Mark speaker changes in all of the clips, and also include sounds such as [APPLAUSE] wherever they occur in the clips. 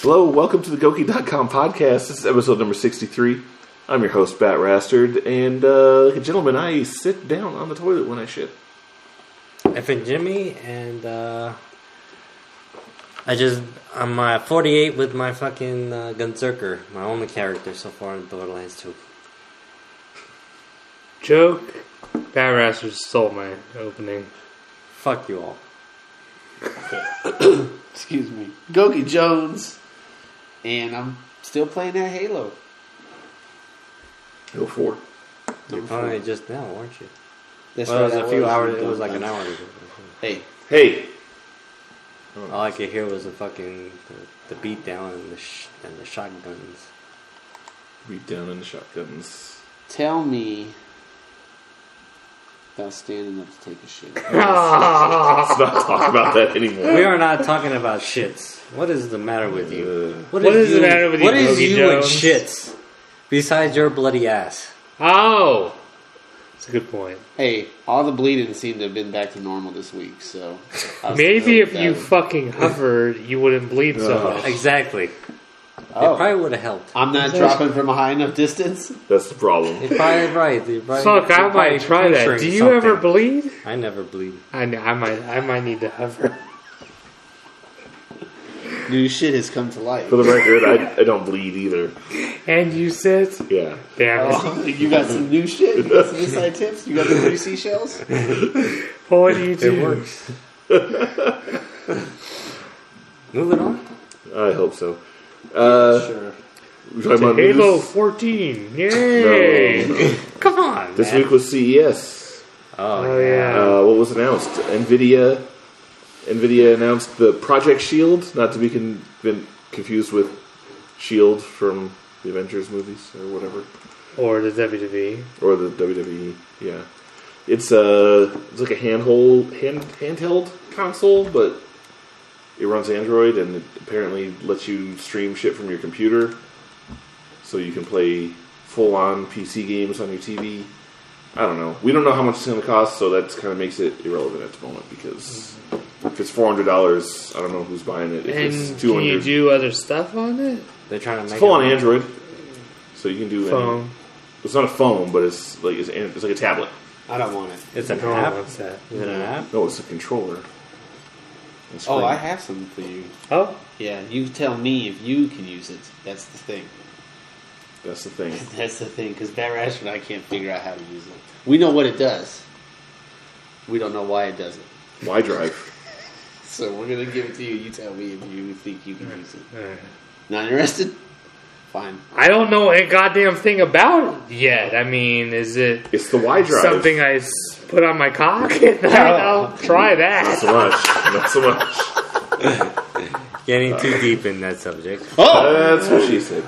Speaker 1: Hello, welcome to the Goki.com podcast. This is episode number 63. I'm your host, Bat Rastard, and uh, gentlemen, I sit down on the toilet when I shit.
Speaker 2: effing Jimmy, and uh, I just I'm uh, 48 with my fucking uh, Gunzerker, my only character so far in Borderlands 2.
Speaker 3: Joke. Bat Raster stole my opening.
Speaker 2: Fuck you all.
Speaker 4: excuse me, Gogi Jones, and I'm still playing that Halo.
Speaker 1: Go for
Speaker 2: You're probably just now, weren't you?
Speaker 4: That's
Speaker 2: Well, it was
Speaker 4: right,
Speaker 2: a
Speaker 4: I
Speaker 2: few
Speaker 4: was
Speaker 2: hours.
Speaker 4: in
Speaker 2: It was like an
Speaker 4: Borderlands.
Speaker 2: hour ago.
Speaker 4: Hey,
Speaker 1: Hey,
Speaker 2: All I could hear was the fucking the, the beatdown and the sh- and the shotguns.
Speaker 1: beat down in the shotguns.
Speaker 4: tell me about standing up to take a shit.
Speaker 1: Let's not talk about that anymore.
Speaker 2: [LAUGHS] We are not talking about shits. What is the matter with
Speaker 1: Uh,
Speaker 2: you?
Speaker 3: What is the matter with you,
Speaker 2: What is
Speaker 3: Boogie
Speaker 2: you
Speaker 3: Jones?
Speaker 2: and shits? Besides your bloody ass.
Speaker 3: Oh! That's a good point.
Speaker 4: Hey, all the bleeding seemed to have been back to normal this week, so I was
Speaker 3: Maybe
Speaker 4: thrilled
Speaker 3: if
Speaker 4: with
Speaker 3: you
Speaker 4: that.
Speaker 3: fucking hovered, you wouldn't bleed so
Speaker 1: Ugh.
Speaker 3: much.
Speaker 2: Exactly. It
Speaker 4: Oh.
Speaker 2: probably would have helped.
Speaker 4: I'm not dropping from a high enough distance.
Speaker 1: That's the problem.
Speaker 2: You're probably right. You're probably,
Speaker 3: Fuck,
Speaker 2: you're
Speaker 3: I
Speaker 2: probably
Speaker 3: might try that.
Speaker 2: picturing
Speaker 3: Do you
Speaker 2: something.
Speaker 3: ever bleed?
Speaker 2: I never bleed.
Speaker 3: I, kn- I might I might need to hover.
Speaker 4: New shit has come to light.
Speaker 2: Oh.
Speaker 1: For the record, I, I don't bleed either.
Speaker 3: And you sit?
Speaker 1: Yeah.
Speaker 3: Damn it.
Speaker 4: Oh, [LAUGHS] you got some new shit. You got some inside tips. You got some new seashells.
Speaker 3: What do you do?
Speaker 2: It works.
Speaker 3: [LAUGHS]
Speaker 2: Moving on.
Speaker 1: I hope so. Uh,
Speaker 4: Sure.
Speaker 1: we're talking about
Speaker 3: Halo
Speaker 1: news?
Speaker 3: 14.
Speaker 1: No,
Speaker 3: Yay!
Speaker 1: no, no.
Speaker 2: Come on.
Speaker 1: This
Speaker 2: man.
Speaker 1: week was E CES.
Speaker 2: Oh,
Speaker 3: Oh,
Speaker 2: yeah.
Speaker 3: yeah.
Speaker 1: uh, what was announced? Nvidia, Nvidia announced the Project Shield, not to be con- been confused with Shield from the Avengers movies or whatever,
Speaker 3: Or the WWE.
Speaker 1: or the WWE. Yeah, it's a it's like a handhold hand handheld console, but it runs Android and it apparently lets you stream shit from your computer, so you can play full on PC games on your TV. I don't know. We don't know how much it's going to cost, so that kind of makes it irrelevant at the moment because if it's four hundred dollars, I don't know who's buying it. If
Speaker 3: And
Speaker 1: it's
Speaker 3: can
Speaker 1: two
Speaker 3: you
Speaker 1: hundred,
Speaker 3: do other stuff on it?
Speaker 2: They're trying to make
Speaker 1: it's full
Speaker 2: it
Speaker 1: on Android, so you can do any-
Speaker 3: Phone.
Speaker 1: It's not a phone, but it's like it's, an- it's like a tablet.
Speaker 4: I don't want it.
Speaker 2: It's an
Speaker 3: No one
Speaker 2: app.
Speaker 3: wants that.
Speaker 2: Is it an app?
Speaker 1: No, it's a controller. A
Speaker 4: Oh,
Speaker 1: screen.
Speaker 4: I have something for you.
Speaker 3: Oh,
Speaker 4: Yeah, you tell me if you can use it. That's the thing.
Speaker 1: That's the thing.
Speaker 4: That's the thing, because Bat Rash and I can't figure out how to use it. We know what it does. We don't know why it does it.
Speaker 1: Y drive.
Speaker 4: So we're gonna give it to you. You tell me if you think you can use it.
Speaker 3: Alright.
Speaker 4: Not interested? Fine.
Speaker 3: I don't know a goddamn thing about it yet. I mean, is it
Speaker 1: It's the Y drive.
Speaker 3: something I s- put on my cock? [LAUGHS] I don't know. Try
Speaker 1: Not
Speaker 3: that.
Speaker 1: so much. Not so much.
Speaker 2: Getting too deep in that subject.
Speaker 4: Oh!
Speaker 1: That's what she said.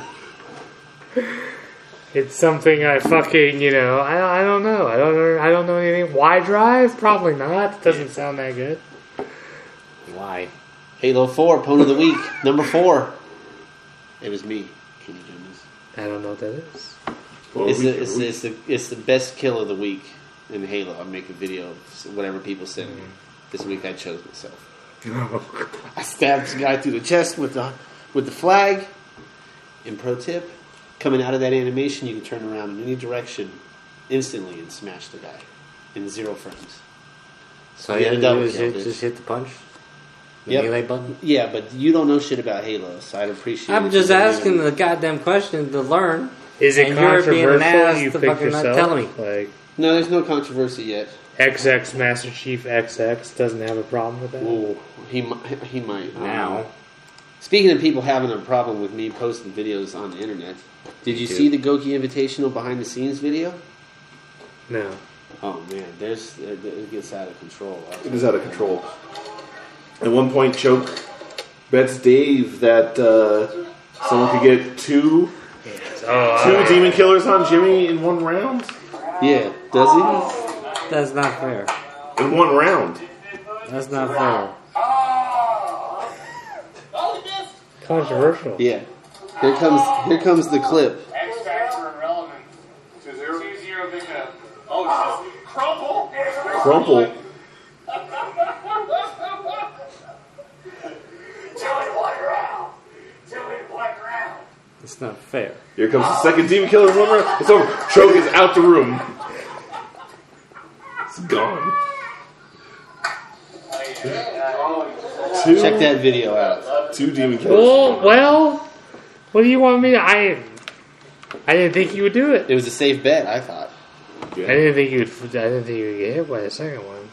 Speaker 3: It's something I fucking you know. I, I don't know. I don't know. I don't know anything. Why drive? Probably not. Doesn't sound that good.
Speaker 2: Why?
Speaker 4: Halo 4, Pwn of the Week, number 4. It was me, Kenny Jonas.
Speaker 3: I don't know what that is.
Speaker 1: Well,
Speaker 4: It's
Speaker 1: we-
Speaker 4: the, it's, the, it's, the, it's the best kill of the week in Halo. I make a video of whatever people send me. This week I chose myself. I stabbed the guy through the chest with the with the flag. And pro tip, coming out of that animation, you can turn around in any direction instantly and smash the guy in zero frames.
Speaker 2: So
Speaker 4: We
Speaker 2: you had
Speaker 4: had a
Speaker 2: to
Speaker 4: double
Speaker 2: do is
Speaker 4: kill,
Speaker 2: hit-
Speaker 4: dude.
Speaker 2: just hit the punch? The
Speaker 4: Yep.
Speaker 2: melee button?
Speaker 4: Yeah, but you don't know shit about Halo, so I'd appreciate.
Speaker 2: I'm
Speaker 4: it
Speaker 2: just
Speaker 4: if you knew.
Speaker 2: asking the goddamn question to learn.
Speaker 3: Is it
Speaker 2: And you're being an ass
Speaker 3: controversial? You
Speaker 2: to
Speaker 3: pick
Speaker 2: fucking not
Speaker 3: yourself.
Speaker 2: tell me.
Speaker 3: Like
Speaker 4: No, there's no controversy yet.
Speaker 3: XX Master Chief XX doesn't have a problem with that.
Speaker 4: Ooh, he mi- he might I don't
Speaker 2: Now.
Speaker 4: know. Speaking of people having a problem with me posting videos on the internet, did you see the Goki Invitational behind the scenes video?
Speaker 3: No.
Speaker 4: Oh man, there's it it gets out of control.
Speaker 1: It is out of control. At one point, Choke bets Dave that uh, someone could get two
Speaker 3: Oh,
Speaker 1: two demon killers on Jimmy in one round.
Speaker 4: Yeah, does he?
Speaker 2: That's not fair.
Speaker 1: In one round,
Speaker 2: That's not fair.
Speaker 3: controversial.
Speaker 4: Yeah. Here comes here comes the clip.
Speaker 5: X Factor irrelevant. Two zero. Two zero big up. Oh, it's just crumple. [LAUGHS]
Speaker 1: crumple.
Speaker 5: Do it one round. Do it
Speaker 2: It's not fair.
Speaker 1: Here comes the second demon killer. Remember, it's over. Troke is out the room. It's gone. Two,
Speaker 4: Check that video out.
Speaker 1: two demon killers.
Speaker 3: Well, well, what do you want me to? I, I didn't think you would do it.
Speaker 4: It was a safe bet, I thought.
Speaker 3: I didn't think you'd. I didn't think you'd get hit by the second one.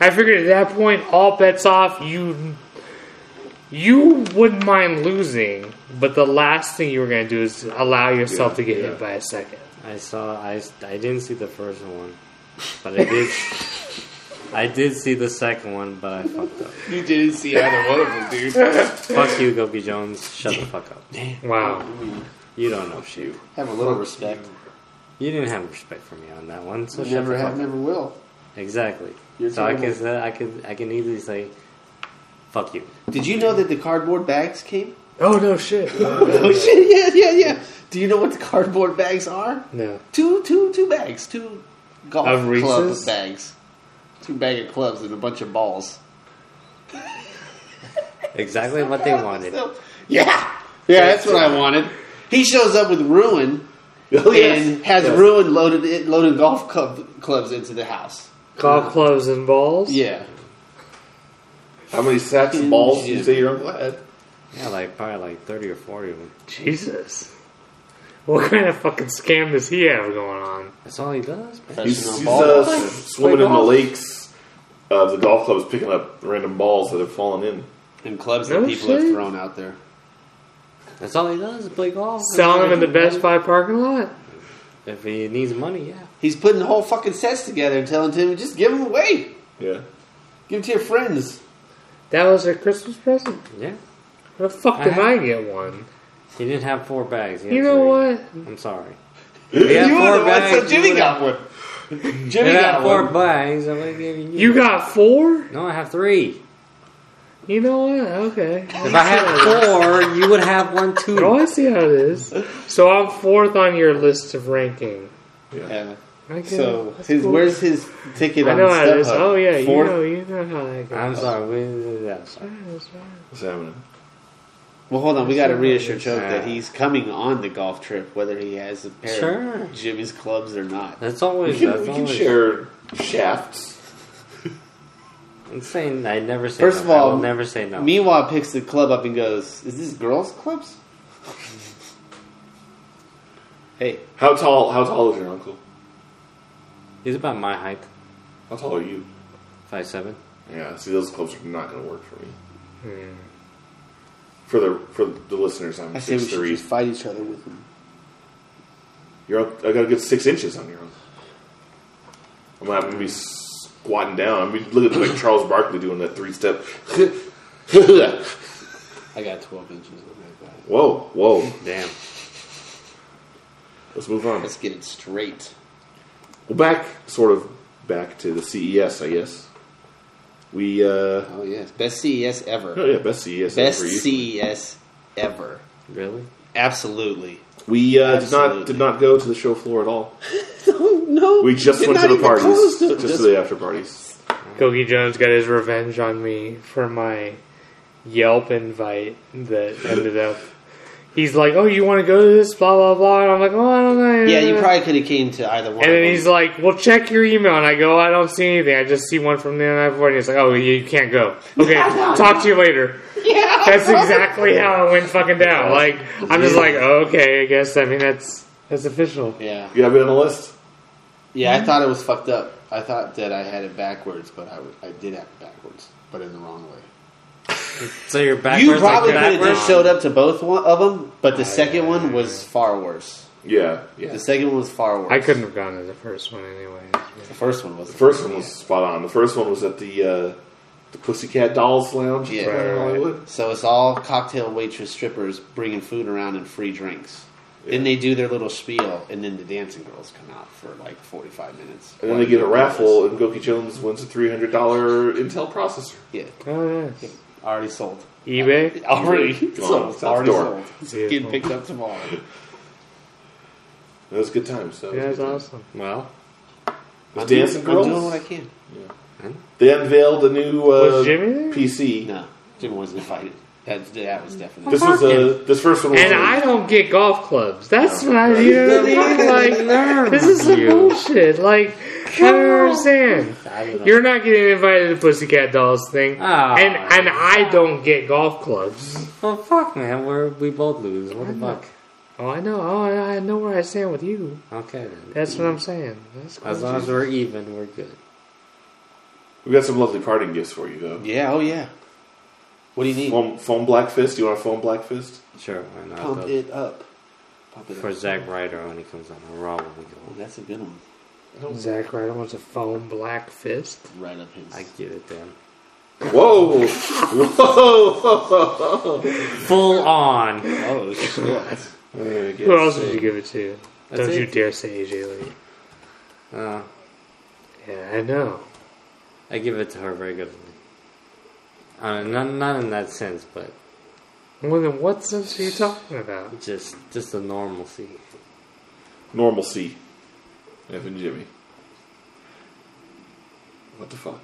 Speaker 3: I figured at that point, all bets off. You, you wouldn't mind losing, but the last thing you were going to do is allow yourself
Speaker 1: Yeah,
Speaker 3: to get
Speaker 1: yeah.
Speaker 3: hit by a second.
Speaker 2: I saw. I I didn't see the first one, but I
Speaker 3: [LAUGHS]
Speaker 2: did. I did see the second one, but I fucked up.
Speaker 4: You didn't see either one of them, dude.
Speaker 2: Fuck you, Gobi Jones. Shut the fuck up.
Speaker 3: Wow.
Speaker 2: You don't know shit.
Speaker 4: Have a little respect.
Speaker 2: You didn't have respect for me on that one, so shut
Speaker 4: Never
Speaker 2: the fuck
Speaker 4: have,
Speaker 2: up.
Speaker 4: never will.
Speaker 2: Exactly.
Speaker 4: You're
Speaker 2: so I can
Speaker 4: terrible.
Speaker 2: say, I can I can easily say, fuck you.
Speaker 4: Did you know that the cardboard bags came?
Speaker 3: Oh no shit.
Speaker 4: [LAUGHS] Oh shit! Yeah, yeah, yeah. Do you know what the cardboard bags are?
Speaker 3: no.
Speaker 4: Two, two, two bags. Two golf
Speaker 3: Of
Speaker 4: club
Speaker 3: Reese's?
Speaker 4: bags. Two bag of clubs and a bunch of balls.
Speaker 2: Exactly what
Speaker 4: [LAUGHS]
Speaker 2: they wanted.
Speaker 4: So- yeah, yeah, that's what I wanted. He shows up with ruin
Speaker 1: Oh, yes.
Speaker 4: and has
Speaker 1: Yes.
Speaker 4: ruin loaded it loaded golf club, clubs into the house.
Speaker 3: Golf clubs and balls.
Speaker 4: Yeah,
Speaker 1: How many sacks and balls do you say your uncle had?
Speaker 2: Yeah, like probably like thirty or forty of them.
Speaker 3: Jesus. What kind of fucking scam does he have going on?
Speaker 2: That's all he does. Man.
Speaker 1: He's,
Speaker 4: Professional
Speaker 1: he's
Speaker 4: balls.
Speaker 1: uh, swimming in the lakes. Uh, the golf club is picking up random balls that have fallen in.
Speaker 4: and clubs
Speaker 3: No
Speaker 4: that people have
Speaker 3: shit.
Speaker 4: thrown out there.
Speaker 2: That's all he does. is Play golf.
Speaker 3: Selling them in the Best Buy parking lot?
Speaker 2: If he needs money, yeah.
Speaker 4: He's putting whole fucking sets together and telling Tim, just give them away,
Speaker 1: Yeah.
Speaker 4: give them to your friends.
Speaker 3: That was their Christmas present.
Speaker 2: Yeah.
Speaker 3: How the fuck
Speaker 2: I
Speaker 3: did
Speaker 2: have-
Speaker 3: I get one?
Speaker 2: He didn't have four bags. He had
Speaker 3: You know
Speaker 2: three.
Speaker 3: what?
Speaker 2: I'm
Speaker 4: [LAUGHS]
Speaker 2: sorry. He had
Speaker 4: you were
Speaker 2: four
Speaker 4: the one, so
Speaker 2: bags.
Speaker 4: Jimmy got one.
Speaker 2: He
Speaker 4: Jimmy
Speaker 2: had
Speaker 4: got
Speaker 2: four
Speaker 4: one.
Speaker 2: bags. I'm only giving you.
Speaker 3: You got four?
Speaker 2: No, I have three.
Speaker 3: You know what? Okay.
Speaker 2: If I had four, you would have one too.
Speaker 3: Oh, I see how it is. So I'm fourth on your list of ranking.
Speaker 4: Yeah.
Speaker 3: I get
Speaker 4: So
Speaker 3: it. That's
Speaker 4: his
Speaker 3: cool.
Speaker 4: where's his ticket?
Speaker 3: I know
Speaker 4: on
Speaker 3: how it is.
Speaker 4: StubHub?
Speaker 3: Oh yeah,
Speaker 4: Fourth? Ah.
Speaker 3: you know you know how that goes.
Speaker 2: I'm sorry. We, yeah, I'm sorry.
Speaker 3: That's right.
Speaker 1: What's happening?
Speaker 4: Well, hold on. We got to reassure Choke that he's coming on the golf trip, whether he has a pair
Speaker 2: Sure.
Speaker 4: of Jimmy's clubs or not.
Speaker 2: That's
Speaker 1: We
Speaker 2: always.
Speaker 1: can,
Speaker 2: that's
Speaker 1: we can
Speaker 2: always
Speaker 1: share shafts.
Speaker 2: I'm saying I never say.
Speaker 4: First
Speaker 2: no.
Speaker 4: of
Speaker 2: I
Speaker 4: all,
Speaker 2: will never say no.
Speaker 4: Meanwhile, picks the club up and goes, "Is this girls' [LAUGHS] clubs?" hey,
Speaker 1: How tall? How tall is your uncle?
Speaker 2: He's about my height,
Speaker 1: How tall are you?
Speaker 2: five seven.
Speaker 1: Yeah. See, those clubs are not going to work for me. For the for the listeners, I'm
Speaker 4: I say
Speaker 1: six
Speaker 4: we should
Speaker 1: three.
Speaker 4: just fight each other with them.
Speaker 1: Your uncle, I got a good six inches on your uncle. I'm gonna have to be squatting down. I mean, look at like Charles Barkley doing that three step.
Speaker 4: I got twelve inches on my back.
Speaker 1: [LAUGHS] whoa, whoa.
Speaker 2: Damn.
Speaker 1: Let's move on.
Speaker 4: Let's get it straight.
Speaker 1: Well, back sort of back to the CES, I guess. We uh,
Speaker 4: Oh yes, best CES
Speaker 1: oh
Speaker 4: ever.
Speaker 1: yeah, best CES.
Speaker 4: Best
Speaker 1: ever.
Speaker 4: CES ever.
Speaker 2: Really?
Speaker 4: Absolutely.
Speaker 1: We uh, did
Speaker 4: Absolutely.
Speaker 1: not did not go to the show floor at all.
Speaker 4: No,
Speaker 1: We just
Speaker 4: they're
Speaker 1: went to
Speaker 4: not
Speaker 1: the
Speaker 4: even
Speaker 1: parties,
Speaker 4: close to-
Speaker 1: just, to the after parties.
Speaker 3: Gogi Jones got his revenge on me for my Yelp invite that ended up. He's like, "Oh, you want to go to this?" Blah blah blah. And I'm like, "Oh, I don't know."
Speaker 4: Yeah, you probably could have came to either one.
Speaker 3: And
Speaker 4: of
Speaker 3: then
Speaker 4: them.
Speaker 3: he's like, "Well, check your email." And I go, "I don't see anything. I just see one from the night before." And he's like, "Oh, you you can't go. Okay, talk to you later."
Speaker 4: yeah,
Speaker 3: That's exactly how it went fucking down. Like, I'm just like, oh, "Okay, I guess." I mean, that's that's official.
Speaker 4: Yeah,
Speaker 1: You have it on the list.
Speaker 4: yeah. I thought it was fucked up. I thought that I had it backwards, but I, w- I did have it backwards, but in the wrong way.
Speaker 2: So you're backwards.
Speaker 4: you
Speaker 2: like
Speaker 4: probably could have
Speaker 2: backwards?
Speaker 4: just showed up to both one of them, but the second one was far worse.
Speaker 1: Yeah, yeah.
Speaker 4: The second one was far worse.
Speaker 3: I couldn't have gone to the first one anyway.
Speaker 4: The first one was.
Speaker 1: The first one was spot on. The first one was at the uh, the Pussycat Dolls Lounge
Speaker 4: Yeah.
Speaker 1: in Hollywood.
Speaker 4: So it's all cocktail waitress strippers bringing food around and free drinks. Then they do their little spiel, and then the dancing girls come out for like forty-five minutes.
Speaker 1: And then they get a raffle, and Goki Jones wins a three hundred dollar Intel processor.
Speaker 4: Yeah,
Speaker 3: Oh, yes.
Speaker 1: [LAUGHS]
Speaker 4: already sold.
Speaker 3: eBay.
Speaker 4: [LAUGHS] Already
Speaker 1: Gone.
Speaker 4: sold.
Speaker 1: It's out
Speaker 4: Already
Speaker 1: the door.
Speaker 4: sold. It's getting
Speaker 3: Beautiful.
Speaker 4: picked up tomorrow.
Speaker 1: That was a good time. So
Speaker 3: Yeah, that's awesome.
Speaker 2: Well,
Speaker 1: The dancing
Speaker 4: I'm
Speaker 1: girls.
Speaker 4: doing what I can.
Speaker 1: They unveiled a new uh,
Speaker 3: Was Jimmy there?
Speaker 1: PC.
Speaker 4: No, Jim wasn't invited. That, that was definitely.
Speaker 1: This was a this first one was
Speaker 3: And
Speaker 1: a-
Speaker 3: I don't get golf clubs. That's what I, you know what I mean? Like, this is some bullshit. Like, I don't understand. You're not getting invited to Pussycat Dolls thing.
Speaker 2: Ah.
Speaker 3: And and I don't get golf clubs.
Speaker 2: Well, fuck, man. We're, we both lose. What the fuck?
Speaker 3: Oh, I know. Oh, I I know where I stand with you.
Speaker 2: Okay, then.
Speaker 3: That's what I'm saying. That's
Speaker 2: As
Speaker 3: cool.
Speaker 2: long as we're even, we're good.
Speaker 1: we got some lovely parting gifts for you though.
Speaker 4: Yeah, oh yeah. What do you need?
Speaker 1: Foam, foam black fist. You want a foam black fist?
Speaker 2: Sure, why not?
Speaker 3: Oh,
Speaker 4: Pump
Speaker 2: Go
Speaker 4: it up. Pump it
Speaker 2: For
Speaker 4: up.
Speaker 2: Zack Ryder when he comes on a Raw when we go
Speaker 4: Oh, that's a good one.
Speaker 3: Zack Ryder wants a foam black fist.
Speaker 4: Right up his.
Speaker 2: I give it to him.
Speaker 1: Whoa, whoa!
Speaker 2: Full on.
Speaker 1: [LAUGHS]
Speaker 4: oh, shit.
Speaker 3: Who else would you give it to?
Speaker 2: That's
Speaker 3: don't you
Speaker 2: it.
Speaker 3: dare say AJ Lee.
Speaker 2: Uh,
Speaker 3: Yeah, I know.
Speaker 2: I give it to her regularly. Uh, not, not in that sense, but
Speaker 3: Well, then what sense are you talking about?
Speaker 2: just just the normalcy.
Speaker 1: Normalcy. F and Jimmy. What the fuck?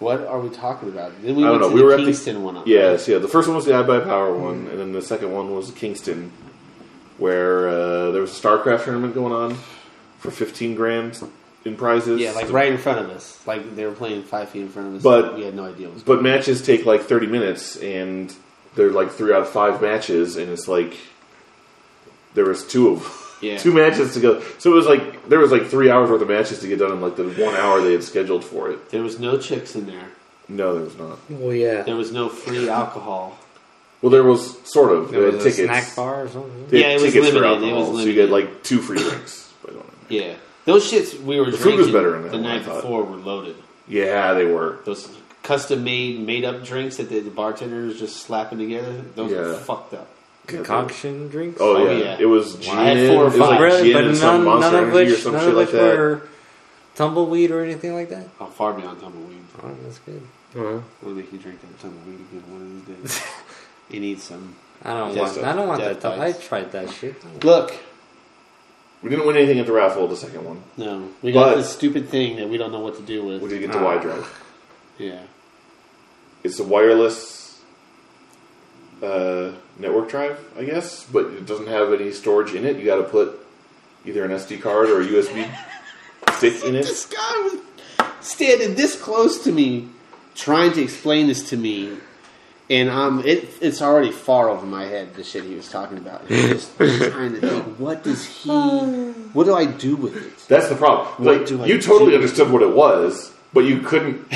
Speaker 4: what are we talking about? Then we
Speaker 1: I don't
Speaker 4: went
Speaker 1: know.
Speaker 4: to
Speaker 1: We
Speaker 4: the
Speaker 1: were at the-
Speaker 4: Kingston one. Up.
Speaker 1: Yes, yeah. The first one was the Eye by Power one, and then the second one was Kingston, where uh, there was a StarCraft tournament going on for fifteen grand in prizes.
Speaker 4: Yeah, like right in front of us. Like they were playing five feet in front of us.
Speaker 1: But-
Speaker 4: we had no idea. What was
Speaker 1: But matches take like 30 minutes, and they're like three out of five matches, and it's like there was two of
Speaker 4: Yeah.
Speaker 1: two matches to go. So it was like there was like three hours worth of matches to get done in like the one hour they had scheduled for it.
Speaker 4: There was no chicks in there.
Speaker 1: No, there was not.
Speaker 3: Well, yeah.
Speaker 4: There was no free alcohol.
Speaker 1: Well, there was sort of.
Speaker 2: There
Speaker 1: they
Speaker 2: was
Speaker 1: had
Speaker 2: a
Speaker 1: tickets.
Speaker 2: snack bar or something.
Speaker 1: They
Speaker 4: Yeah,
Speaker 1: had
Speaker 4: it was
Speaker 1: tickets for
Speaker 4: limited, it
Speaker 1: alcohol,
Speaker 4: was
Speaker 1: so you get
Speaker 4: limited.
Speaker 1: like two free drinks. But I don't know.
Speaker 4: Yeah, those shits we were
Speaker 1: The food
Speaker 4: drinking
Speaker 1: was better in that
Speaker 4: the
Speaker 1: one, I
Speaker 4: night
Speaker 1: thought.
Speaker 4: before were loaded.
Speaker 1: Yeah, they were.
Speaker 4: Those custom made, made up drinks that the, the bartender was just slapping together. Those were
Speaker 1: Yeah.
Speaker 4: fucked up.
Speaker 2: Concoction drinks?
Speaker 1: Oh,
Speaker 4: Oh,
Speaker 1: yeah.
Speaker 4: yeah.
Speaker 1: it was gin.
Speaker 4: I had four or
Speaker 1: it was like
Speaker 4: five.
Speaker 2: Really?
Speaker 1: gin
Speaker 2: But
Speaker 1: and some
Speaker 2: none,
Speaker 1: monster
Speaker 2: none of
Speaker 1: energy
Speaker 2: which,
Speaker 1: or some
Speaker 2: none
Speaker 1: shit
Speaker 2: of
Speaker 1: like
Speaker 2: which
Speaker 1: that.
Speaker 2: were tumbleweed or anything like that?
Speaker 4: Oh, far beyond tumbleweed.
Speaker 2: Oh, that's good.
Speaker 3: Well,
Speaker 4: I'm gonna make you drink that tumbleweed again one of these
Speaker 1: [LAUGHS]
Speaker 4: days. you need some.
Speaker 2: I don't
Speaker 4: Death-
Speaker 2: want. I don't want
Speaker 4: death
Speaker 2: that. I
Speaker 4: bites.
Speaker 2: tried that shit.
Speaker 4: Look,
Speaker 1: We didn't win anything at the raffle, the second one.
Speaker 4: no, we got
Speaker 1: But-
Speaker 4: this stupid thing that we don't know what to do with.
Speaker 1: We did get
Speaker 2: Ah.
Speaker 1: the Y drive.
Speaker 4: yeah,
Speaker 1: it's a wireless uh, network drive, I guess, but it doesn't have any storage in it. You got to put either an SD card or a USB stick in it.
Speaker 4: this guy was standing this close to me, trying to explain this to me, and um, it it's already far over my head. The shit he was talking about. And I'm just trying to think, what does he? What do I do with it?
Speaker 1: That's the problem.
Speaker 4: What
Speaker 1: Like
Speaker 4: do I
Speaker 1: you totally
Speaker 4: do?
Speaker 1: understood what it was, but you couldn't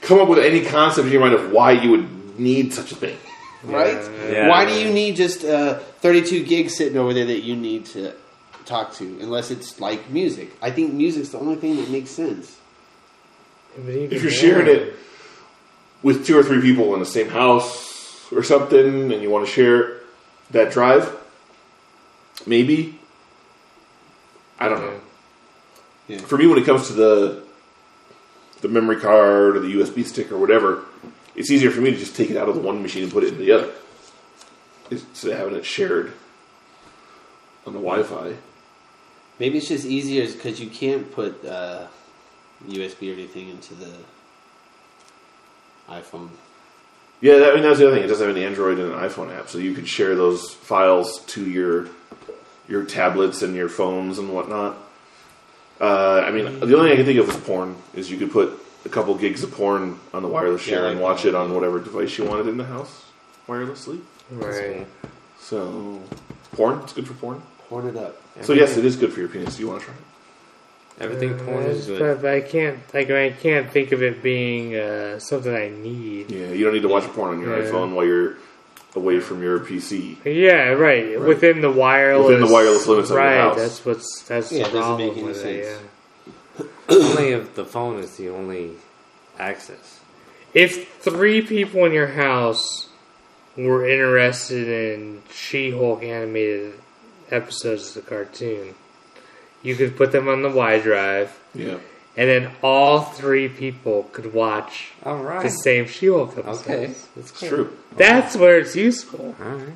Speaker 1: come up with any concept in your mind of why you would need such a thing.
Speaker 4: Right?
Speaker 2: Yeah.
Speaker 4: Why do you need just uh, 32 gigs sitting over there that you need to talk to? Unless it's like music. I think music's the only thing that makes sense.
Speaker 3: but even
Speaker 1: If you're
Speaker 3: then-
Speaker 1: sharing it with two or three people in the same house or something, and you want to share that drive, maybe. I don't know.
Speaker 4: Yeah.
Speaker 1: For me, when it comes to the the memory card or the USB stick or whatever, it's easier for me to just take it out of the one machine and put it in the other. Instead of having it shared on the Wi-Fi.
Speaker 4: Maybe it's just easier because you can't put uh, USB or anything into the iPhone.
Speaker 1: Yeah, that, I mean that's the other thing. It doesn't have an Android and an iPhone app, so you can share those files to your your tablets and your phones and whatnot. Uh, I mean, the only thing I can think of is porn. Is you could put a couple gigs of porn on the wireless share
Speaker 4: Yeah,
Speaker 1: and
Speaker 4: like-
Speaker 1: watch it on whatever device you wanted in the house wirelessly.
Speaker 3: Right.
Speaker 1: So, porn. It's good for porn.
Speaker 4: Horn it up.
Speaker 1: So yes, it is good for your penis. Do you want to try it?
Speaker 2: Everything
Speaker 3: Uh,
Speaker 2: porn is good.
Speaker 3: But, but I can't, like, I can't think of it being uh, something I need.
Speaker 1: Yeah, you don't need to watch porn on your
Speaker 3: Yeah.
Speaker 1: iPhone while you're away from your PC.
Speaker 3: Yeah, right. Within the wireless,
Speaker 1: Within the wireless limits of your
Speaker 3: right?
Speaker 1: house.
Speaker 3: That's what's that's
Speaker 4: Yeah,
Speaker 3: the
Speaker 4: it doesn't
Speaker 3: problem
Speaker 4: make any
Speaker 3: with it.
Speaker 4: sense.
Speaker 3: Yeah.
Speaker 2: only if the phone is the only access.
Speaker 3: If three people in your house were interested in She-Hulk animated episodes of the cartoon, you could put them on the Y drive,
Speaker 1: Yeah.
Speaker 3: and then all three people could watch
Speaker 2: All
Speaker 3: the
Speaker 2: right.
Speaker 3: same She-Hulk episode.
Speaker 2: Okay, that's
Speaker 1: It's true.
Speaker 3: That's where it's useful,
Speaker 2: All right.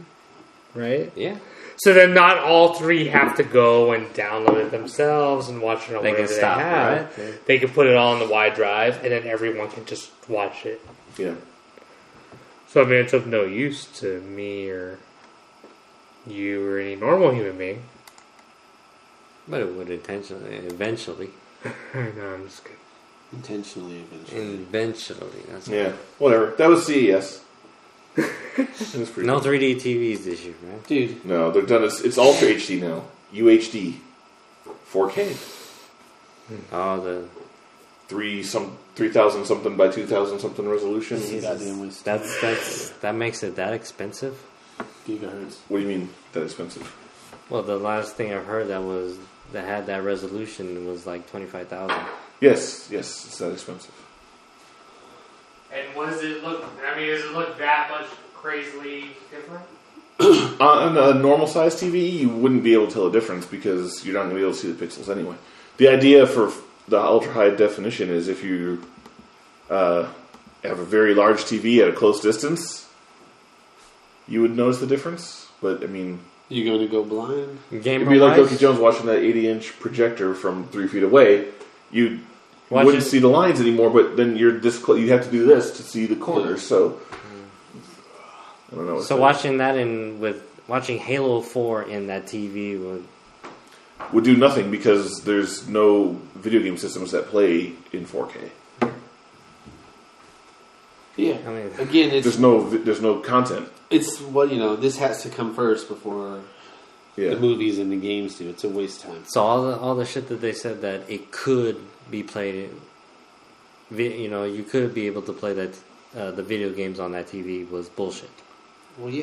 Speaker 3: right?
Speaker 2: Yeah.
Speaker 3: So then not all three have to go and download it themselves and watch it on
Speaker 2: They can
Speaker 3: whatever they
Speaker 2: stop,
Speaker 3: have.
Speaker 2: right?
Speaker 3: They can put it all on the Y drive and then everyone can just watch it.
Speaker 1: Yeah.
Speaker 3: So I mean, it's of no use to me or you or any normal human being. [CLEARS THROAT]
Speaker 2: But it would intentionally, eventually,
Speaker 3: no, I'm just kidding.
Speaker 4: Intentionally, eventually.
Speaker 2: Mm. eventually. That's what-
Speaker 1: Yeah, whatever. That was CES. It was pretty
Speaker 2: No
Speaker 1: cool.
Speaker 2: 3D TVs this year, man.
Speaker 4: Dude,
Speaker 1: no, they're done. It's, it's Ultra HD now. UHD, 4K,
Speaker 2: All Oh, the
Speaker 1: three some three thousand something by two thousand something resolution.
Speaker 4: goddamn waste.
Speaker 2: that's that's that makes it that expensive.
Speaker 4: Gigahertz.
Speaker 1: What do you mean that expensive?
Speaker 2: Well, the last thing I've heard that was that had that resolution was like twenty five thousand.
Speaker 1: Yes, yes, it's that expensive.
Speaker 3: And what does it look? I mean, does it look that much crazily different?
Speaker 1: On a normal size TV, you wouldn't be able to tell a difference because you're not going to be able to see the pixels anyway. The idea for the ultra high definition is if you uh, have a very large TV at a close distance, you would notice the difference. But I mean,
Speaker 4: You going to go blind?
Speaker 2: Game
Speaker 1: it'd be like Doki Jones watching that 80 inch projector from three feet away. You
Speaker 2: Watch
Speaker 1: wouldn't
Speaker 2: it.
Speaker 1: see the lines anymore, but then you're this close. You have to do this to see the corners. So I don't know. what
Speaker 2: Mm. So
Speaker 1: that-
Speaker 2: watching that in with watching Halo Four in that TV would
Speaker 1: would do nothing because there's no video game systems that play in 4K.
Speaker 4: Yeah.
Speaker 2: I mean-
Speaker 4: Again, it's
Speaker 1: There's no there's no content.
Speaker 4: it's what you know. This has to come first before
Speaker 1: Yeah,
Speaker 4: the movies and the games do. It's a waste of time.
Speaker 2: so all the all the shit that they said that it could be played. vi- You know, you could be able to play that uh, the video games on that TV was bullshit.
Speaker 4: Well, yeah,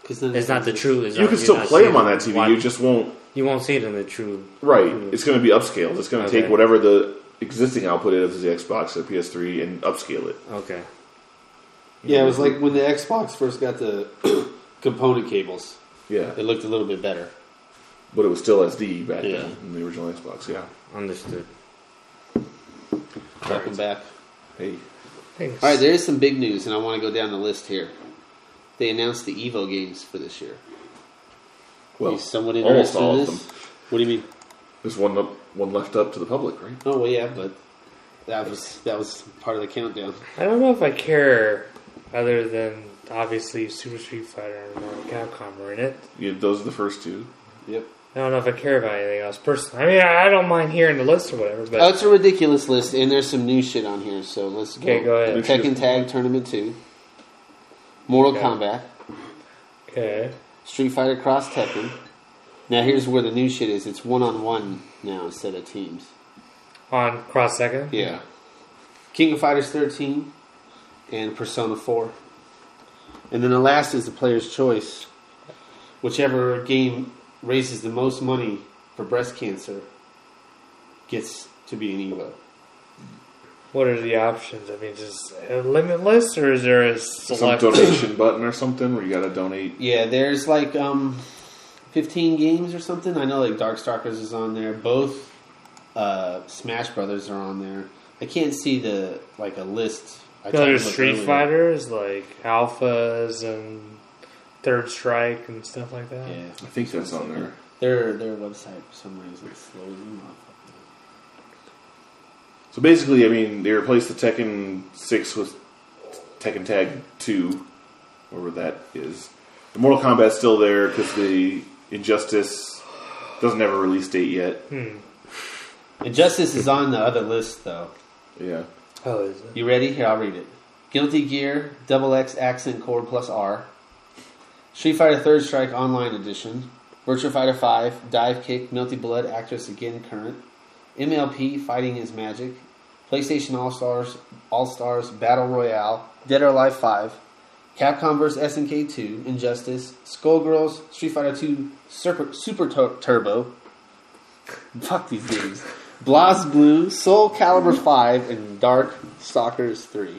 Speaker 4: because then
Speaker 2: It's not the true. It's
Speaker 1: you
Speaker 2: not-
Speaker 1: can
Speaker 2: you're
Speaker 1: still
Speaker 2: not
Speaker 1: play
Speaker 2: seeing
Speaker 1: them on that TV.
Speaker 2: why-
Speaker 1: You just won't.
Speaker 2: you won't see it in the true.
Speaker 1: Right,
Speaker 4: Mm-hmm.
Speaker 1: it's going to be upscaled. It's going to
Speaker 2: Okay.
Speaker 1: take whatever the existing output is of the Xbox or PS3 and upscale it.
Speaker 2: Okay.
Speaker 4: Yeah, it was
Speaker 2: Mm-hmm.
Speaker 4: like when the Xbox first got the [COUGHS] component cables.
Speaker 1: Yeah,
Speaker 4: It looked a little bit better.
Speaker 1: but it was still SD back
Speaker 4: Yeah.
Speaker 1: then in the original Xbox. Yeah.
Speaker 2: Understood.
Speaker 4: Welcome back.
Speaker 1: Hey,
Speaker 3: Thanks.
Speaker 4: All right, there is some big news, and I want to go down the list here. They announced the Evo games for this year. Are
Speaker 1: well,
Speaker 4: you somewhat
Speaker 1: almost
Speaker 4: interested
Speaker 1: all
Speaker 4: in
Speaker 1: of
Speaker 4: this?
Speaker 1: them.
Speaker 4: What do you mean?
Speaker 1: There's one up, one left up to the public, right?
Speaker 4: Oh well, yeah, but that was that was part of the countdown.
Speaker 3: I don't know if I care, other than obviously Super Street Fighter and Marvel Capcom are in it.
Speaker 1: Yeah, those are the first two.
Speaker 4: Yep.
Speaker 3: I don't know if I care about anything else personally. I mean, I I don't mind hearing the list or whatever, but
Speaker 4: Oh, it's a ridiculous list, and there's some new shit on here. So let's go.
Speaker 3: Okay, go ahead.
Speaker 4: Tekken Tag Tournament Two, Mortal
Speaker 3: Okay.
Speaker 4: Kombat,
Speaker 3: okay.
Speaker 4: Street Fighter Cross Tekken. Now here's where the new shit is. It's one on one now instead of teams.
Speaker 3: On cross second,
Speaker 4: Yeah. King of Fighters 13 and Persona 4. And then the last is the player's choice. Whichever game raises the most money for breast cancer gets to be an Evo.
Speaker 3: what are the options? I mean, just a limit list, or is there a
Speaker 1: Some
Speaker 3: select? [COUGHS]
Speaker 1: donation button or something where you got to donate.
Speaker 4: Yeah, there's like um, 15 games or something. I know like Darkstalkers is on there. Both uh, Smash Brothers are on there. I can't see the like a list. I
Speaker 3: You know,
Speaker 4: tried to
Speaker 3: there's
Speaker 4: look
Speaker 3: Street
Speaker 4: earlier.
Speaker 3: Fighters like Alphas and Third Strike and stuff like that.
Speaker 4: Yeah.
Speaker 1: I think that's on there.
Speaker 4: Their their website for some reason slows them off.
Speaker 1: So basically, I mean, they replaced the Tekken 6 with Tekken Tag 2, whatever that is. The Mortal Kombat's still there because the Injustice doesn't have a release date yet.
Speaker 4: Injustice is on the other list though.
Speaker 1: Yeah.
Speaker 3: Oh, is it?
Speaker 4: You ready? Here I'll read it. Guilty Gear Double X Accent Core Plus R, Street Fighter Third Strike Online Edition, Virtua Fighter Five Dive Kick Melty Blood Actress Again Current, MLP Fighting Is Magic, PlayStation All Stars All Stars Battle Royale Dead or Alive Five, Capcom vs SNK Two Injustice Skullgirls Street Fighter Two Super Super Tur- Turbo. Fuck these games. Blast Blue, Soul Calibur 5, and Dark Stalkers 3.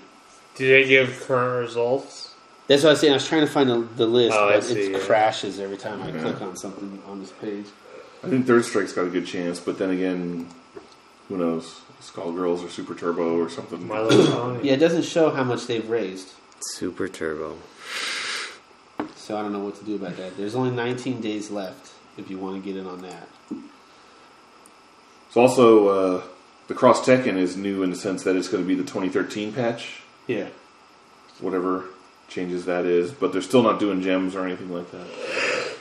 Speaker 3: Do they give current results?
Speaker 4: That's what I was saying. I was trying to find the, the list,
Speaker 3: Oh, I
Speaker 4: but
Speaker 3: see,
Speaker 4: it
Speaker 3: yeah.
Speaker 4: crashes every time I
Speaker 1: Yeah.
Speaker 4: click on something on this page.
Speaker 1: I think Third Strike's got a good chance, but then again, who knows? Skullgirls or Super Turbo or something.
Speaker 3: My Little
Speaker 4: [COUGHS]
Speaker 3: Pony.
Speaker 4: Yeah, it doesn't show how much they've raised,
Speaker 2: Super Turbo.
Speaker 4: so I don't know what to do about that. There's only 19 days left if you want to get in on that.
Speaker 1: So also, uh, the Cross Tekken is new in the sense that it's going to be the 2013 patch,
Speaker 4: Yeah.
Speaker 1: whatever changes that is, but they're still not doing gems or anything like that.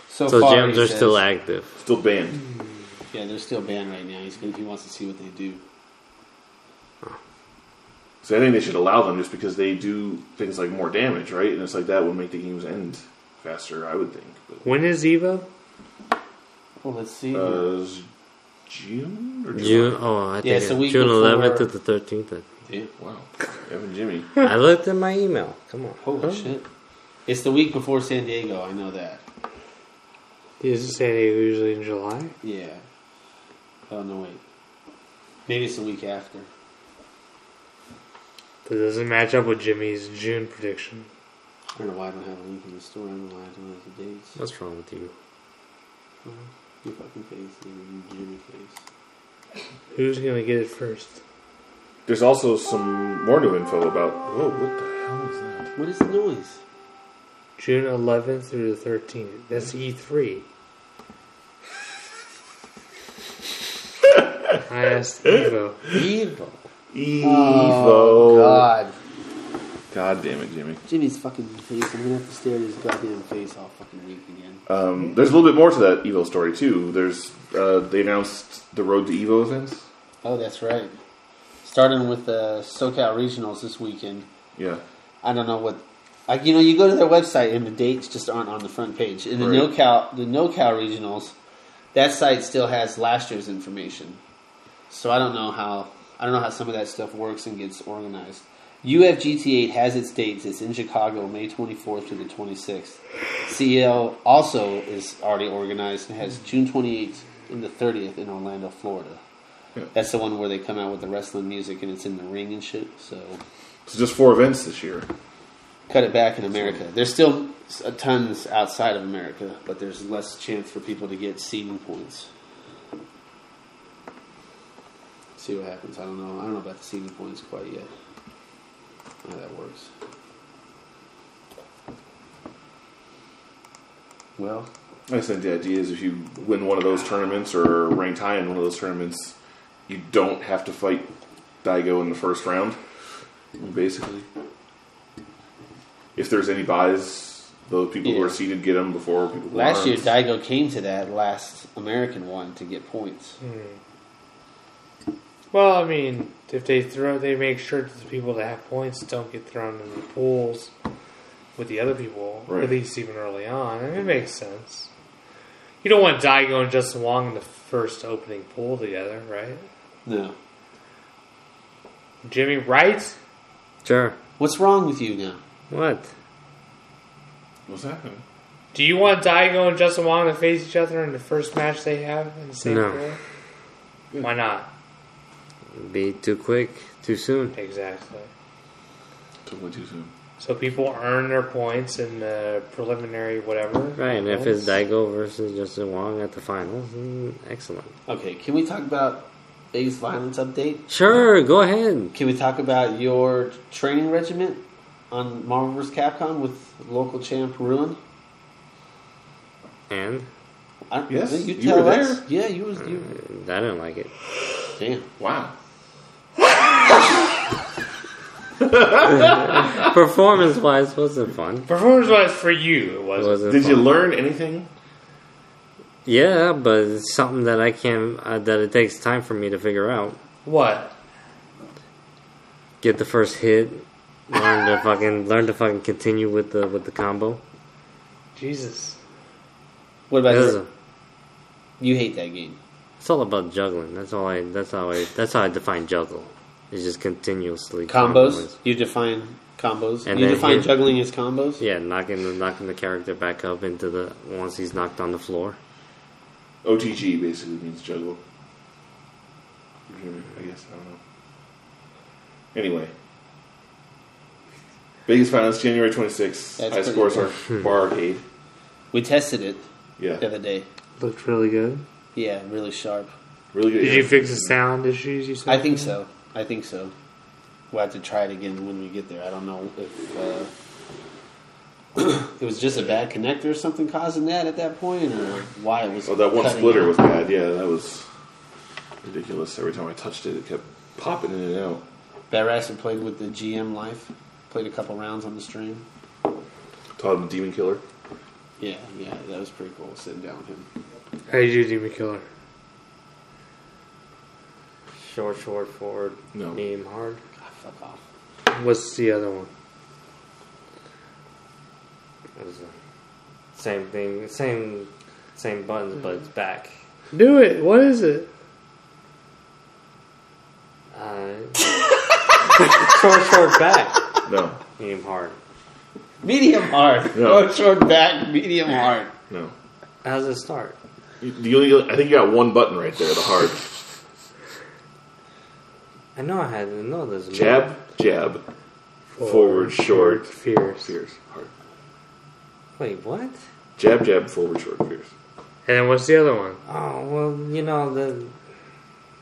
Speaker 2: So
Speaker 4: far,
Speaker 2: gems
Speaker 4: he
Speaker 2: are
Speaker 4: says-
Speaker 2: still active.
Speaker 1: Still banned.
Speaker 4: Yeah, they're still banned right now. He's gonna, he wants to see what they do.
Speaker 1: So I think they should allow them just because they do things like more damage, right? And it's like that would make the games end faster, I would think. But
Speaker 3: When is Evo?
Speaker 4: Well, let's see.
Speaker 1: uh, is June or July?
Speaker 2: June. Oh, I
Speaker 4: Yeah,
Speaker 2: think
Speaker 4: it's
Speaker 2: it's
Speaker 4: the week
Speaker 2: June 11th to
Speaker 4: before-
Speaker 2: the
Speaker 4: [LAUGHS]
Speaker 2: 13th.
Speaker 4: Dude,
Speaker 1: Wow, Evan Jimmy.
Speaker 2: I looked at my email. Come on.
Speaker 4: holy
Speaker 2: Huh?
Speaker 4: shit! It's the week before San Diego. I know that.
Speaker 3: Is it San Diego usually in July?
Speaker 4: Yeah. Oh no, wait. Maybe it's the week after.
Speaker 3: That doesn't match up with Jimmy's June prediction.
Speaker 4: I don't know why I don't have a link in the store. I don't know why I don't have the dates.
Speaker 2: What's wrong with you?
Speaker 4: Your fucking face, dude. Your Jimmy face.
Speaker 3: Who's gonna get it first?
Speaker 1: There's also some more new info about. Whoa, what the hell is that?
Speaker 4: What is the noise?
Speaker 3: June 11th through the 13th. That's E E3. I asked Evo.
Speaker 4: Evil.
Speaker 1: Evo.
Speaker 4: Oh, God.
Speaker 1: God damn it, Jimmy.
Speaker 4: Jimmy's fucking face. I'm gonna have to stare at his goddamn face all fucking week again.
Speaker 1: Um, there's a little bit more to that Evo story too. There's uh, they announced the Road to Evo events.
Speaker 4: Oh, that's right. Starting with the SoCal Regionals this weekend.
Speaker 1: Yeah,
Speaker 4: I don't know what. Like you know, you go to their website and the dates just aren't on the front page. In the
Speaker 1: Right.
Speaker 4: NoCal, the NoCal regionals, that site still has last year's information. So I don't know how I don't know how some of that stuff works and gets organized. UFGT8 has its dates. It's in Chicago, May 24th to the 26th. CL also is already organized and has June 28th and the 30th in Orlando, Florida.
Speaker 1: Yeah.
Speaker 4: That's the one where they come out with the wrestling music and it's in the ring and shit. So
Speaker 1: so just four events this year.
Speaker 4: cut it back in America. There's still s- tons outside of America, but there's less chance for people to get seeding points. See what happens. I don't know. I don't know about the seeding points quite yet. How that works. Well,
Speaker 1: I think the idea is if you win one of those tournaments or rank high in one of those tournaments, you don't have to fight Daigo in the first round. Basically, if there's any buys, the people who
Speaker 4: Yeah.
Speaker 1: are seeded get them before people. who
Speaker 4: last
Speaker 1: aren't.
Speaker 4: year Daigo came to that last American one to get points.
Speaker 3: Hmm. Well, I mean, if they throw, they make sure that the people that have points don't get thrown in the pools with the other people,
Speaker 1: Right.
Speaker 3: at least even early on. And it makes sense. You don't want Daigo and Justin Wong in the first opening pool together, right?
Speaker 4: No.
Speaker 3: Jimmy, right?
Speaker 2: Sure.
Speaker 4: What's wrong with you now?
Speaker 2: What?
Speaker 1: What's happening?
Speaker 3: Do you want Daigo and Justin Wong to face each other in the first match they have in the same
Speaker 2: No.
Speaker 3: pool? Why not?
Speaker 2: Be too quick, too soon.
Speaker 3: Exactly.
Speaker 1: Took way too soon.
Speaker 3: So people earn their points in the preliminary whatever.
Speaker 2: Right, and if it's
Speaker 3: events.
Speaker 2: Daigo versus Justin Wong at the finals, mm, excellent.
Speaker 4: Okay, can we talk about Ace Violence update?
Speaker 2: Sure, go ahead.
Speaker 4: Can we talk about your training regiment on Marvel vs. Capcom with local champ Ruin?
Speaker 2: And
Speaker 4: I,
Speaker 1: Yes,
Speaker 4: you,
Speaker 1: you
Speaker 4: tell
Speaker 1: were
Speaker 4: us.
Speaker 1: there.
Speaker 4: Yeah, you was. You,
Speaker 2: uh, I didn't like
Speaker 4: [LAUGHS]
Speaker 2: it.
Speaker 4: damn.
Speaker 1: Wow.
Speaker 2: Performance wise, wasn't fun.
Speaker 3: Performance wise for you, it
Speaker 2: It
Speaker 3: was.
Speaker 2: wasn't
Speaker 1: Did you
Speaker 2: fun.
Speaker 1: learn anything?
Speaker 2: Yeah, but it's something that I can uh, that it takes time for me to figure out.
Speaker 3: What?
Speaker 2: Get the first hit, learn [LAUGHS] to fucking learn to fucking continue with the with the combo.
Speaker 3: Jesus.
Speaker 2: It
Speaker 4: What about
Speaker 2: was
Speaker 4: you?
Speaker 2: a-
Speaker 4: You hate that game.
Speaker 2: it's all about juggling. That's all I. That's how I. That's how I define juggle. It's just continuously
Speaker 4: Combos. You define combos.
Speaker 2: And
Speaker 4: you
Speaker 2: then
Speaker 4: define
Speaker 2: here-
Speaker 4: juggling as combos.
Speaker 2: Yeah, knocking the knocking the character back up into the once he's knocked on the floor.
Speaker 1: OTG basically means juggle. I guess I don't know. Anyway, biggest finals January twenty sixth.
Speaker 4: That's
Speaker 1: High
Speaker 4: pretty
Speaker 1: scores are [LAUGHS] bar arcade.
Speaker 4: We tested it the
Speaker 1: Yeah,
Speaker 4: other day.
Speaker 3: Looked really good.
Speaker 4: Yeah, really sharp.
Speaker 1: really good.
Speaker 3: Did you
Speaker 1: Yeah.
Speaker 3: fix the sound issues you said?
Speaker 4: I think so. I think so. We'll have to try it again when we get there. I don't know if uh, [COUGHS] it was just a bad connector or something causing that at that point, or why it was.
Speaker 1: Oh, that one
Speaker 4: cutting
Speaker 1: splitter
Speaker 4: out.
Speaker 1: was bad. Yeah, that was ridiculous. Every time I touched it, it kept popping in and out.
Speaker 4: Badass had played with the GM life. Played a couple rounds on the stream.
Speaker 1: Taught him Demon Killer.
Speaker 4: Yeah, yeah, that was pretty cool sitting down with him.
Speaker 3: How do you do, Demon Killer?
Speaker 2: Short, short, forward,
Speaker 1: No.
Speaker 2: aim hard.
Speaker 4: God, Ah, fuck off.
Speaker 3: What's the other one?
Speaker 2: It was the same thing, same, same buttons, but it's back.
Speaker 3: Do it. What is it?
Speaker 2: Uh, short, short, back.
Speaker 1: No,
Speaker 2: Aim hard.
Speaker 4: [LAUGHS] Medium hard.
Speaker 1: Yeah.
Speaker 4: Short, short back, medium hard.
Speaker 1: no.
Speaker 2: How does it start?
Speaker 1: You, you only- I think you got one button right there. The
Speaker 4: [LAUGHS]
Speaker 1: hard
Speaker 2: I know I had. I know there's a
Speaker 1: jab, jab, forward, short,
Speaker 3: fierce.
Speaker 1: fierce, hard.
Speaker 2: Wait, what?
Speaker 1: Jab, jab, forward, short, fierce.
Speaker 3: And then what's the other one?
Speaker 2: Oh well, you know the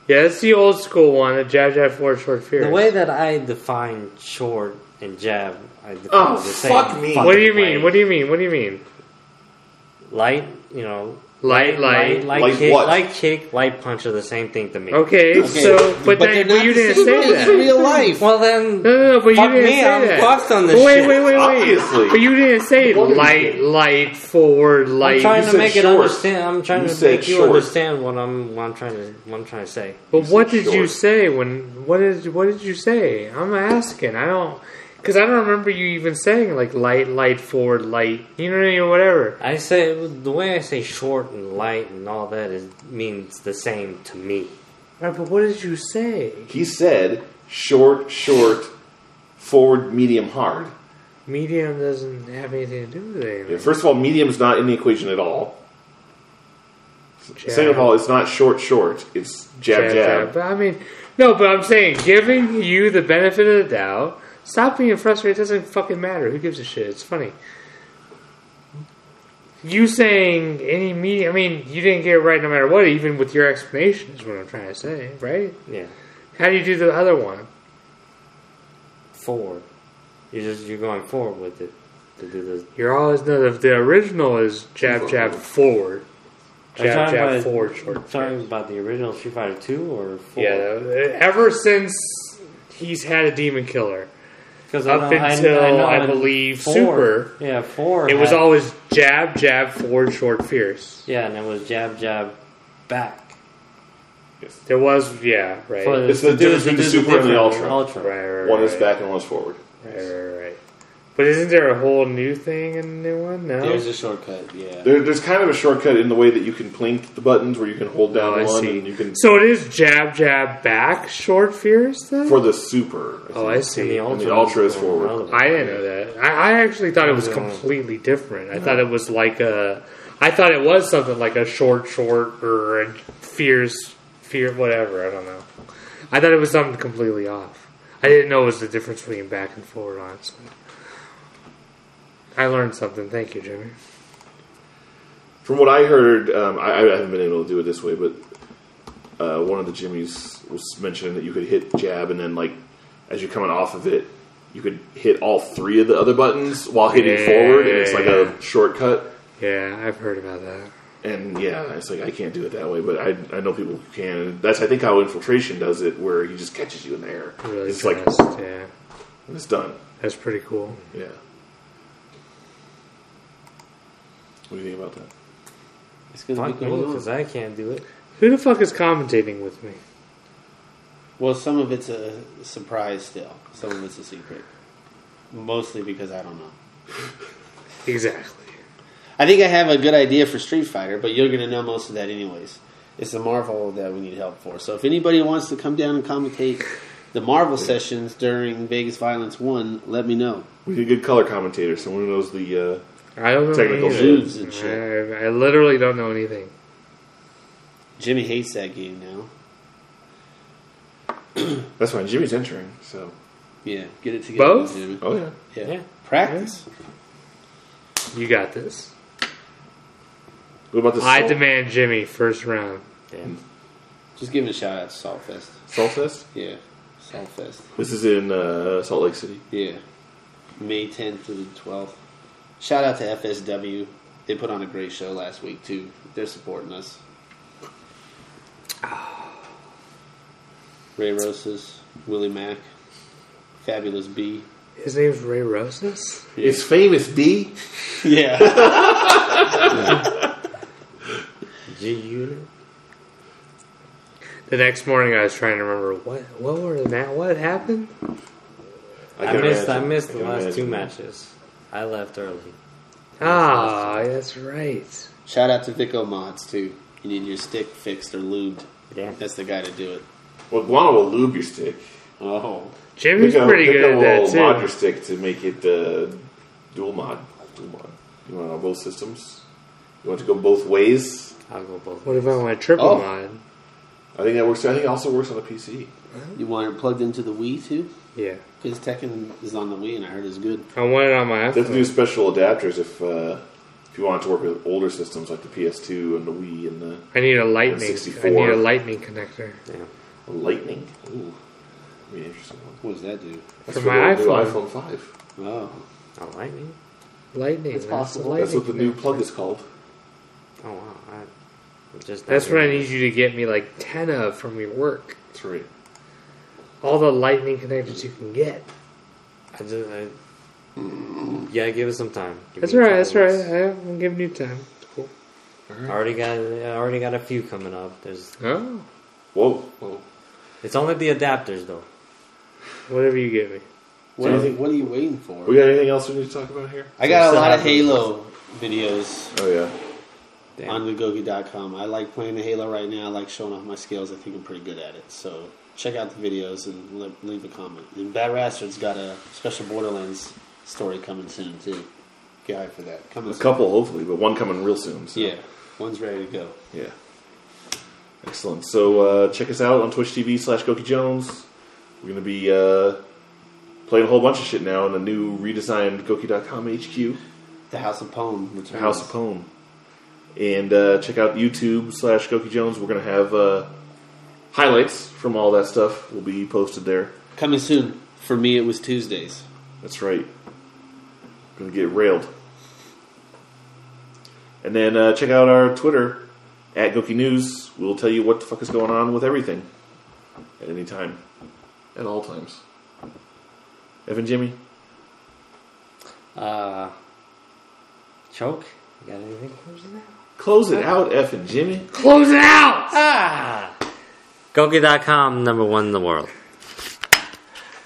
Speaker 3: Yeah, that's the old school one. The jab, jab, forward, short, fierce.
Speaker 2: the way that I define short and jab. I define
Speaker 1: Oh,
Speaker 2: the same
Speaker 1: fuck me.
Speaker 2: fucking
Speaker 3: What do you mean?
Speaker 2: way.
Speaker 3: What do you mean? What do you mean?
Speaker 2: light? You know,
Speaker 3: Light,
Speaker 2: light,
Speaker 3: light.
Speaker 2: light,
Speaker 1: Light
Speaker 2: kick,
Speaker 1: what?
Speaker 2: light kick, light punch are the same thing to me.
Speaker 3: Okay, so but,
Speaker 4: they're
Speaker 3: that, but
Speaker 4: not
Speaker 3: you
Speaker 4: the
Speaker 3: didn't
Speaker 4: same
Speaker 3: say
Speaker 4: thing. It's
Speaker 3: that.
Speaker 4: real life.
Speaker 2: Well then,
Speaker 3: No, no, no, but
Speaker 2: Fuck
Speaker 3: you didn't
Speaker 2: me,
Speaker 3: say
Speaker 2: I'm
Speaker 3: that.
Speaker 2: fucked on this
Speaker 3: wait,
Speaker 2: shit.
Speaker 3: wait, wait, wait.
Speaker 1: Obviously.
Speaker 3: But you didn't say
Speaker 1: What is
Speaker 3: light,
Speaker 1: it?
Speaker 3: light, forward,
Speaker 2: I'm
Speaker 3: light.
Speaker 2: trying
Speaker 1: you
Speaker 2: to
Speaker 1: said
Speaker 2: make it
Speaker 1: short.
Speaker 2: understand. I'm trying
Speaker 1: You
Speaker 2: to
Speaker 1: said
Speaker 2: make you
Speaker 1: short.
Speaker 2: understand what I'm what I'm trying to what I'm trying to say.
Speaker 3: But
Speaker 1: You
Speaker 3: what
Speaker 1: said
Speaker 3: did you
Speaker 1: short.
Speaker 3: say when? What did what did you say? I'm asking. I don't because I don't remember you even saying like light, light, forward, light. You know what I mean? Whatever.
Speaker 2: I say the way I say short and light and all that is means the same to me.
Speaker 3: Right, but what did you say?
Speaker 1: He said short, short, forward, medium, hard.
Speaker 3: Medium doesn't have anything to do with anything.
Speaker 1: Yeah, First of all, medium is not in the equation at all.
Speaker 3: Jab.
Speaker 1: Second of all, it's not short, short. It's jab, jab.
Speaker 3: But I mean, no. But I'm saying, giving you the benefit of the doubt. Stop being frustrated. It doesn't fucking matter. Who gives a shit? It's funny. You saying any medium? I mean, you didn't get it right no matter what. Even with your explanation, is what I'm trying to say, right?
Speaker 2: Yeah,
Speaker 3: How do you do the other one?
Speaker 2: forward. You just you're going forward with it to do this.
Speaker 3: You're always no. The, the original is jab, jab, forward,
Speaker 2: Are you
Speaker 3: jab,
Speaker 2: talking
Speaker 3: jab,
Speaker 2: about-
Speaker 3: forward, short.
Speaker 2: Talking about the original Street Fighter Two or four?
Speaker 3: Yeah. Ever since he's had a demon killer,
Speaker 2: because
Speaker 3: up until, I believe, Super,
Speaker 2: Yeah, four.
Speaker 3: it was
Speaker 2: had-
Speaker 3: always jab, jab, forward, short, fierce.
Speaker 2: yeah, and it was jab jab back.
Speaker 3: There was, yeah, right,
Speaker 2: For
Speaker 1: It's the
Speaker 2: to do-
Speaker 1: difference
Speaker 2: to
Speaker 1: between
Speaker 2: do
Speaker 1: the Super and the
Speaker 2: different-
Speaker 1: Ultra.
Speaker 3: right, right, right,
Speaker 1: One is
Speaker 3: right,
Speaker 1: back and one is forward.
Speaker 3: right, right, right. But isn't there a whole new thing and new one? No,
Speaker 4: There's a shortcut, yeah.
Speaker 1: There, there's kind of a shortcut in the way that you can plink the buttons, where you can hold down
Speaker 3: Oh, I
Speaker 1: one
Speaker 3: see.
Speaker 1: and you can
Speaker 3: So it is jab, jab, back, short, fierce. Then
Speaker 1: for the super. I
Speaker 3: oh,
Speaker 1: think.
Speaker 3: I
Speaker 2: And
Speaker 3: see.
Speaker 2: the Ultra,
Speaker 1: the Ultra is
Speaker 2: was
Speaker 1: forward.
Speaker 2: relevant.
Speaker 3: I didn't know that. I, I actually thought it was
Speaker 2: No.
Speaker 3: completely different. I thought it was like a. I thought it was something like a short, short, or a fierce, fear, whatever. I don't know. I thought it was something completely off. I didn't know it was the difference between back and forward, honestly. I learned something. Thank you, Jimmy.
Speaker 1: From what I heard, um, I, I haven't been able to do it this way, but uh, one of the Jimmys was mentioning that you could hit jab, and then like as you're coming off of it, you could hit all three of the other buttons while hitting
Speaker 3: Yeah,
Speaker 1: forward, and it's like
Speaker 3: yeah.
Speaker 1: a shortcut.
Speaker 3: Yeah, I've heard about that.
Speaker 1: And yeah, it's like I can't do it that way, but I, I know people who can. And that's I think how infiltration does it, where he just catches you in the air.
Speaker 3: Really
Speaker 1: it's like
Speaker 3: fast. yeah,
Speaker 1: it's done.
Speaker 3: that's pretty cool.
Speaker 1: Yeah. What do you think about that?
Speaker 4: It's gonna
Speaker 2: Fuck
Speaker 4: be
Speaker 2: me,
Speaker 4: cool.
Speaker 2: 'cause I can't do it.
Speaker 3: Who the fuck is commentating with me?
Speaker 4: Well, some of it's a surprise still. Some of it's a secret. Mostly because I don't know.
Speaker 3: Exactly.
Speaker 4: I think I have a good idea for Street Fighter, but you're going to know most of that anyways. It's the Marvel that we need help for. So if anybody wants to come down and commentate the Marvel sessions during Vegas Violence 1, let me know.
Speaker 1: We need a good color commentator, someone who knows the. Uh,
Speaker 3: I don't know
Speaker 1: Technical
Speaker 3: anything.
Speaker 4: Zoobs and shit.
Speaker 3: I, I literally don't know anything.
Speaker 4: Jimmy hates that game now.
Speaker 1: that's fine. Jimmy's entering, so
Speaker 4: Yeah, get it together,
Speaker 3: Both?
Speaker 4: Jimmy.
Speaker 1: oh yeah.
Speaker 4: Yeah.
Speaker 2: Yeah.
Speaker 4: Practice.
Speaker 3: You got this.
Speaker 1: What about the
Speaker 3: I
Speaker 1: salt,
Speaker 3: demand Jimmy first round.
Speaker 2: Yeah.
Speaker 3: [LAUGHS]
Speaker 4: Just give it a shout out to Saltfest.
Speaker 1: salt fest?
Speaker 4: Yeah. Saltfest.
Speaker 1: This is in uh, Salt Lake City.
Speaker 4: Yeah. May 10th to the 12th. Shout out to FSW. They put on a great show last week, too. They're supporting us. [SIGHS] Ray Rosas, Willie Mack, Fabulous B, [LAUGHS]
Speaker 3: His name's Ray Rosas.
Speaker 1: It's famous, B.
Speaker 4: Yeah.
Speaker 2: G Unit.
Speaker 3: The next morning, I was trying to remember what what were the ma- what happened.
Speaker 2: I,
Speaker 1: can
Speaker 2: missed. I
Speaker 1: imagine.
Speaker 2: missed the
Speaker 1: can
Speaker 2: last two
Speaker 1: imagine.
Speaker 2: matches. I left early.
Speaker 3: Ah, that's right.
Speaker 4: Shout out to Vico Mods too. You need your stick fixed or lubed.
Speaker 2: Yeah.
Speaker 4: That's the guy to do it.
Speaker 1: Well, guano will lube your stick.
Speaker 4: Oh.
Speaker 3: Jimmy's
Speaker 1: Pick up-
Speaker 3: pretty
Speaker 1: pick
Speaker 3: good
Speaker 1: up
Speaker 3: at
Speaker 1: a
Speaker 3: that
Speaker 1: little mod your
Speaker 3: too.
Speaker 1: stick to make it uh, dual mod. Dual mod. You want it on both systems? You want it to go both ways?
Speaker 2: I'll go both.
Speaker 3: What if I want a triple
Speaker 4: Oh.
Speaker 3: mod?
Speaker 1: I think that works. I think it also works on the PC.
Speaker 4: You want it plugged into the Wii too?
Speaker 3: Yeah,
Speaker 4: Because Tekken is on the Wii and I heard it's good.
Speaker 3: I want it on my
Speaker 1: They have to do
Speaker 3: iPhone.
Speaker 1: special adapters if uh, if you want it to work with older systems like the PS2 and the Wii and the
Speaker 3: I need a lightning. I
Speaker 1: 64.
Speaker 3: need a lightning connector
Speaker 1: Lightning. Ooh, that'd be an interesting one.
Speaker 4: What does that do?
Speaker 1: That's
Speaker 3: for my
Speaker 1: the
Speaker 3: iPhone.
Speaker 1: new iPhone 5.
Speaker 4: Oh.
Speaker 2: Oh, lightning.
Speaker 3: Lightning.
Speaker 4: It's
Speaker 3: That's
Speaker 4: possible.
Speaker 3: the
Speaker 1: That's
Speaker 3: lightning
Speaker 1: what the new
Speaker 3: connector.
Speaker 1: plug is called.
Speaker 2: Oh wow. I I'm just. not
Speaker 3: That's what I
Speaker 2: here.
Speaker 3: need you to get me like ten of from your work.
Speaker 1: That's right.
Speaker 3: All the lightning connectors you can get.
Speaker 2: I just. I, yeah, give it some time. Give
Speaker 3: That's
Speaker 2: me a
Speaker 3: right.
Speaker 2: couple
Speaker 3: That's right.
Speaker 2: weeks.
Speaker 3: I'm giving you time. Cool.
Speaker 2: I already got. I already got a few coming up. There's.
Speaker 3: Oh,
Speaker 1: Whoa, whoa.
Speaker 2: It's only the adapters though.
Speaker 3: whatever you give me.
Speaker 4: What, are, you, what are you waiting for?
Speaker 1: We got anything else we need to talk about here?
Speaker 4: I got a
Speaker 2: Still
Speaker 4: lot of
Speaker 2: have those.
Speaker 4: Halo videos
Speaker 1: Oh yeah.
Speaker 2: Damn.
Speaker 4: on Gogogi.com. I like playing the Halo right now. I like showing off my skills. I think I'm pretty good at it. So check out the videos and le- leave a comment. And Bad Rastard's got a special Borderlands story coming soon too. Get hyped for that. Coming
Speaker 1: A
Speaker 4: soon.
Speaker 1: couple, hopefully, but one coming real soon. So.
Speaker 4: Yeah, one's ready to go.
Speaker 1: Yeah. Excellent. So uh, check us out on Twitch TV slash Goki Jones. We're going to be uh, playing a whole bunch of shit now in the new redesigned Goki.com HQ,
Speaker 4: The House of Pone returns.
Speaker 1: House of Pone. And uh, check out YouTube slash Goki Jones. We're going to have uh, highlights from all that stuff will be posted there.
Speaker 4: coming soon. For me, it was Tuesdays.
Speaker 1: That's right. Gonna get railed. And then uh, check out our Twitter at Goki News. We'll tell you what the fuck is going on with everything at any time, at all times. Evan, Jimmy,
Speaker 2: Uh, choke. You got anything closer than that?
Speaker 1: close it out, Evan, Jimmy.
Speaker 3: Close it out.
Speaker 2: Ah! Gogi.com, number one in the world.